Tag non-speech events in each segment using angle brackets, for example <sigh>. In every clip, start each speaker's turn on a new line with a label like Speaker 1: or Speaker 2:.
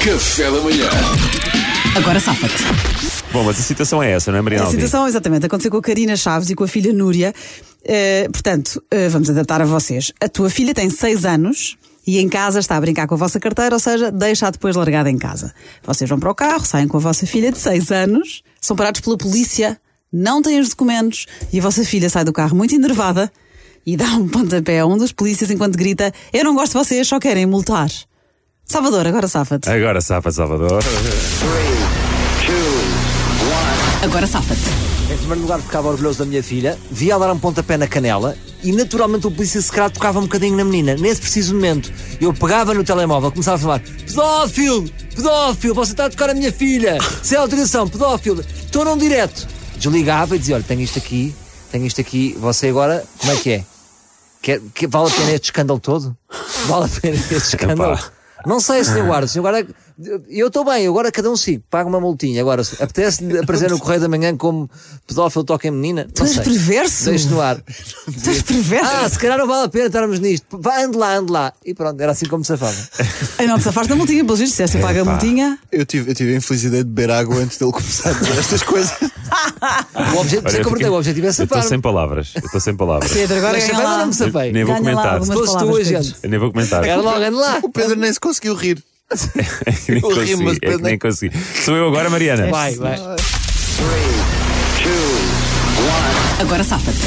Speaker 1: Café da manhã.
Speaker 2: Agora safa-te.
Speaker 3: Bom, mas a situação é essa, não é, Maria
Speaker 2: A
Speaker 3: Alvim?
Speaker 2: situação, exatamente, aconteceu com a Karina Chaves e com a filha Núria. Eh, portanto, eh, vamos adaptar a vocês. A tua filha tem 6 anos e em casa está a brincar com a vossa carteira, ou seja, deixa-a depois largada em casa. Vocês vão para o carro, saem com a vossa filha de 6 anos, são parados pela polícia, não têm os documentos e a vossa filha sai do carro muito enervada e dá um pontapé a um dos polícias enquanto grita: Eu não gosto de vocês, só querem multar. Salvador, agora safa-te.
Speaker 3: Agora safa Salvador.
Speaker 2: Agora safa-te.
Speaker 4: Em primeiro lugar, ficava orgulhoso da minha filha, via dar um pontapé na canela e naturalmente o polícia secreto tocava um bocadinho na menina. Nesse preciso momento, eu pegava no telemóvel, começava a falar: Pedófilo, pedófilo, você está a tocar a minha filha, sem autorização, pedófilo, estou num direto. Desligava e dizia: Olha, tenho isto aqui, tenho isto aqui, você agora, como é que é? Quer, que- vale a pena este escândalo todo? Vale a pena este
Speaker 2: <laughs>
Speaker 4: escândalo?
Speaker 3: Epá.
Speaker 4: Não sei, senhor guarda. Senhor guarda, eu estou bem, agora cada um sigo, paga uma multinha. Agora, se
Speaker 2: <laughs>
Speaker 4: apetece aparecer no correio da manhã como pedófilo toca em menina,
Speaker 2: Tu
Speaker 4: não
Speaker 2: és
Speaker 4: sei.
Speaker 2: perverso.
Speaker 4: Deixo no ar.
Speaker 2: Tu és perverso.
Speaker 4: Ah, se calhar não vale a pena estarmos nisto. Vá, ande lá, ande lá. E pronto, era assim como se safava.
Speaker 2: Ai, não te safaste da multinha, pelo visto, se essa paga a
Speaker 3: Epá.
Speaker 2: multinha.
Speaker 5: Eu tive, eu tive a infelicidade de beber água antes dele <laughs> começar a dizer estas coisas.
Speaker 4: O objetivo,
Speaker 3: Olha,
Speaker 4: sei
Speaker 3: eu
Speaker 4: que eu
Speaker 3: fiquei-
Speaker 4: perguntei, o objetivo é
Speaker 3: Eu estou
Speaker 4: safar.
Speaker 3: sem palavras. Eu estou sem palavras.
Speaker 2: Pedro, agora
Speaker 4: Mas
Speaker 2: ganha
Speaker 4: safei, mas não
Speaker 2: lá.
Speaker 4: me safei.
Speaker 3: Nem vou
Speaker 2: Ganha lá
Speaker 3: comentar.
Speaker 2: algumas
Speaker 4: Se fosse tu,
Speaker 2: palavras,
Speaker 4: a
Speaker 2: Pedro.
Speaker 4: gente.
Speaker 3: Eu nem vou comentar. <laughs>
Speaker 4: Era logo, ande lá.
Speaker 5: O Pedro nem se conseguiu rir.
Speaker 3: nem
Speaker 5: Eu ri, mas
Speaker 3: consegui. É que
Speaker 5: Pedro
Speaker 3: nem
Speaker 5: nem-
Speaker 3: consegui. Sou eu agora, Mariana.
Speaker 4: É. Vai, vai.
Speaker 2: Agora safa-te.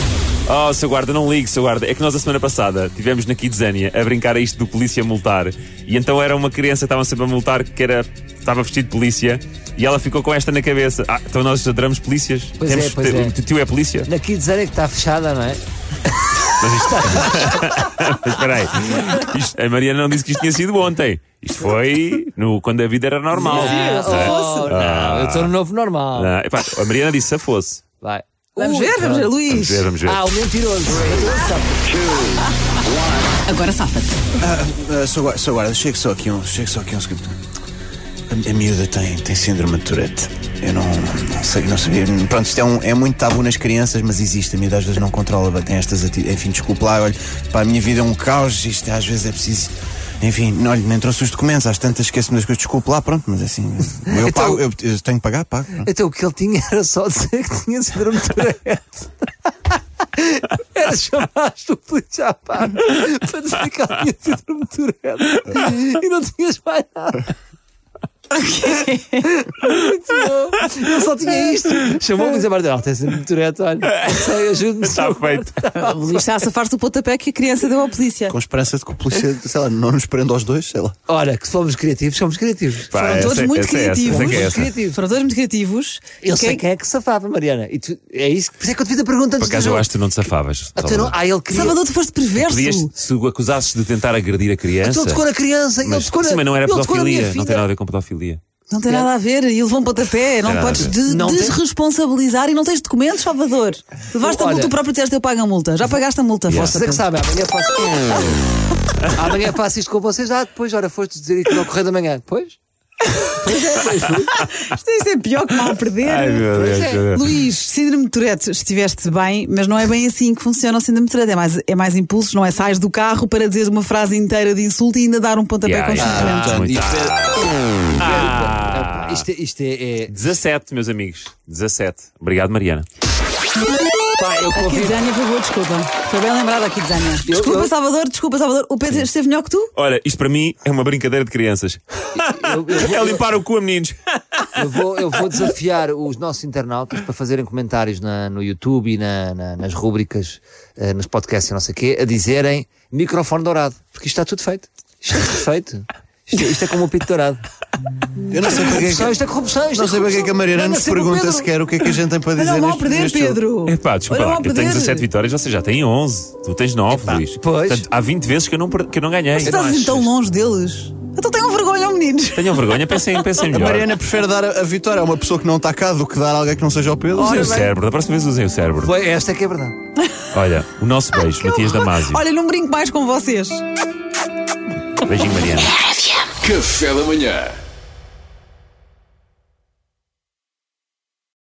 Speaker 3: Oh, seu guarda, não ligue, seu guarda. É que nós a semana passada tivemos na Kidzania a brincar a isto do polícia multar. E então era uma criança que estava sempre a multar que era, estava vestido de polícia e ela ficou com esta na cabeça. Ah, então nós adoramos polícias.
Speaker 4: Pois
Speaker 3: Temos
Speaker 4: é, pois
Speaker 3: te-
Speaker 4: é.
Speaker 3: O teu tio é polícia?
Speaker 4: Na Kidzania que está fechada, não é?
Speaker 3: Mas espera aí. Isto- a Mariana não disse que isto tinha sido ontem. Isto foi no, quando a vida era normal.
Speaker 4: Ah,
Speaker 2: fosse.
Speaker 4: oh, Não, eu estou no novo normal.
Speaker 3: Ah, epá, a Mariana disse se fosse.
Speaker 4: Vai.
Speaker 2: Vamos
Speaker 4: Ui,
Speaker 2: ver, vamos ver,
Speaker 4: pronto.
Speaker 3: Vamos
Speaker 2: Luís.
Speaker 3: ver, vamos ver.
Speaker 4: Ah, o mentiroso.
Speaker 2: Agora
Speaker 4: <laughs>
Speaker 2: safa-te.
Speaker 5: Ah, só guarda, só guarda, chega só aqui um, chega só aqui um segundo. A, a miúda tem, tem síndrome de Tourette. Eu não, não sei, não sabia. Pronto, isto é, um, é muito tabu nas crianças, mas existe. A miúda às vezes não controla, bem, tem estas atitudes. Enfim, desculpe lá, olha, pá, a minha vida é um caos, isto às vezes é preciso. Enfim, não, olha, nem trouxe os documentos, às tantas esqueço-me das coisas, desculpe lá, pronto, mas assim, eu <laughs> pago, eu, eu tenho que pagar, pago. pronto.
Speaker 4: Então o que ele tinha era só dizer que tinha síndrome de Tourette. Era chamar-te o polícia à parte para dizer que ele tinha síndrome de Tourette e não tinhas mais nada. Muito bom. Ele só tinha isto. Chamou-me e disse: Marta, ele tem síndrome de Tourette, olha, não sei, ajude-me.
Speaker 3: Está
Speaker 4: senhor."
Speaker 3: feito.
Speaker 2: O Luís está a safar-se do pontapé que a criança deu à polícia.
Speaker 5: Com esperança de que o polícia, sei lá, não nos prenda aos dois, sei lá.
Speaker 4: Ora, que se formos criativos, somos criativos.
Speaker 3: Pá,
Speaker 2: Foram
Speaker 3: essa
Speaker 2: todos
Speaker 3: é-
Speaker 2: muito
Speaker 3: essa é essa,
Speaker 2: criativos.
Speaker 3: essa é que é
Speaker 4: Somos
Speaker 3: essa.
Speaker 4: criativos.
Speaker 2: Foram dois muito criativos.
Speaker 4: Eu sei
Speaker 2: Quem-
Speaker 4: quem é que safava, Mariana. E tu, é isso? Por isso é que eu te fiz a pergunta
Speaker 3: Por
Speaker 4: antes
Speaker 3: acaso
Speaker 4: do
Speaker 3: eu
Speaker 4: jogo.
Speaker 3: acho que tu não te safavas.
Speaker 4: Ah, tu não-
Speaker 3: Salvador.
Speaker 4: ah, ele queria.
Speaker 2: Salvador, tu foste perverso.
Speaker 3: Podias, se o acusasses de tentar agredir a criança.
Speaker 4: Ele tocou na criança, ele
Speaker 3: mas
Speaker 4: tocou na
Speaker 3: também não era
Speaker 4: ele tocou na minha
Speaker 3: pedofilia, não tem
Speaker 4: filha.
Speaker 3: nada a ver com pedofilia.
Speaker 2: Não tem nada a ver. E levou um pontapé. Não
Speaker 3: nada a
Speaker 2: podes
Speaker 3: ver.
Speaker 2: de-
Speaker 4: Não tem-
Speaker 2: desresponsabilizar e não tens documentos, Salvador. Levaste a
Speaker 4: Olha-
Speaker 2: multa, tu próprio disseste eu pago a multa. Já pagaste a multa.
Speaker 4: Vocês é que sabem, amanhã faço. <laughs> amanhã faço isto com vocês. Ah, depois, ora, foste dizer aquilo ao correr da manhã. Pois? Pois é, pois fui.
Speaker 2: Isto isto é pior que mal perder.
Speaker 3: Ai, meu Deus,
Speaker 4: é.
Speaker 3: meu Deus.
Speaker 2: Luís, síndrome de Tourette, estiveste bem, mas não é bem assim que funciona o síndrome de Tourette. É mais, é mais impulsos, não é? Sais do carro para dizer uma frase inteira de insulto e ainda dar um pontapé
Speaker 3: Yeah,
Speaker 2: constantemente.
Speaker 3: yeah. muito-
Speaker 4: Ah, pá, Isto, é- isto é. é-
Speaker 3: 17, meus amigos. 17. Obrigado, Mariana.
Speaker 4: Pá, eu
Speaker 2: A
Speaker 4: convido.
Speaker 2: Kidzania foi boa, desculpa. Foi bem lembrada a Kidzania. Desculpa,
Speaker 4: eu-
Speaker 2: Salvador, desculpa, Salvador. O Pedro esteve melhor que tu?
Speaker 3: Olha, isto para mim é uma brincadeira de crianças.
Speaker 4: <laughs> Eu, eu vou-
Speaker 3: É limpar o cu a meninos.
Speaker 4: Eu vou, eu vou desafiar os nossos internautas para fazerem comentários na- no YouTube e na- na- nas rúbricas, eh, nos podcasts e não sei o quê, a dizerem microfone dourado, porque isto está tudo feito. Isto está tudo feito. Isto, isto é como um pito dourado.
Speaker 5: Eu não sei para que é que-
Speaker 4: Isto é corrupção. Isto
Speaker 5: Não
Speaker 4: é
Speaker 5: sei para que é que a
Speaker 4: corrupção.
Speaker 5: Mariana
Speaker 4: Manda
Speaker 5: nos
Speaker 4: ser para o
Speaker 5: pergunta
Speaker 4: Pedro.
Speaker 5: sequer o que é que a gente tem para dizer
Speaker 2: Olha o mal
Speaker 5: neste,
Speaker 2: perder,
Speaker 5: neste jogo.
Speaker 2: Pedro.
Speaker 3: Epá, desculpa
Speaker 2: Olha o
Speaker 3: lá.
Speaker 2: mal
Speaker 3: Eu
Speaker 2: perder.
Speaker 3: tenho 17 vitórias, vocês já têm 11. Tu tens 9, Luís.
Speaker 4: pois.
Speaker 3: há 20 vezes que eu não, per- que eu não ganhei.
Speaker 2: Tu estás assim tão longe deles. Então tenham vergonha, meninos.
Speaker 3: Tenham vergonha, pensem, pensem
Speaker 5: A
Speaker 3: melhor.
Speaker 5: Mariana prefere dar a, a vitória a uma pessoa que não está cá do que dar a alguém que não seja o Pedro.
Speaker 3: Usem o
Speaker 5: Sim.
Speaker 3: cérebro, da próxima vez usem o cérebro.
Speaker 4: Pois, Esta é que é verdade.
Speaker 3: Olha, o nosso beijo, Matias Damasio.
Speaker 2: Olha, não brinco mais com vocês.
Speaker 3: Beijinho, Mariana.
Speaker 1: Café da manhã.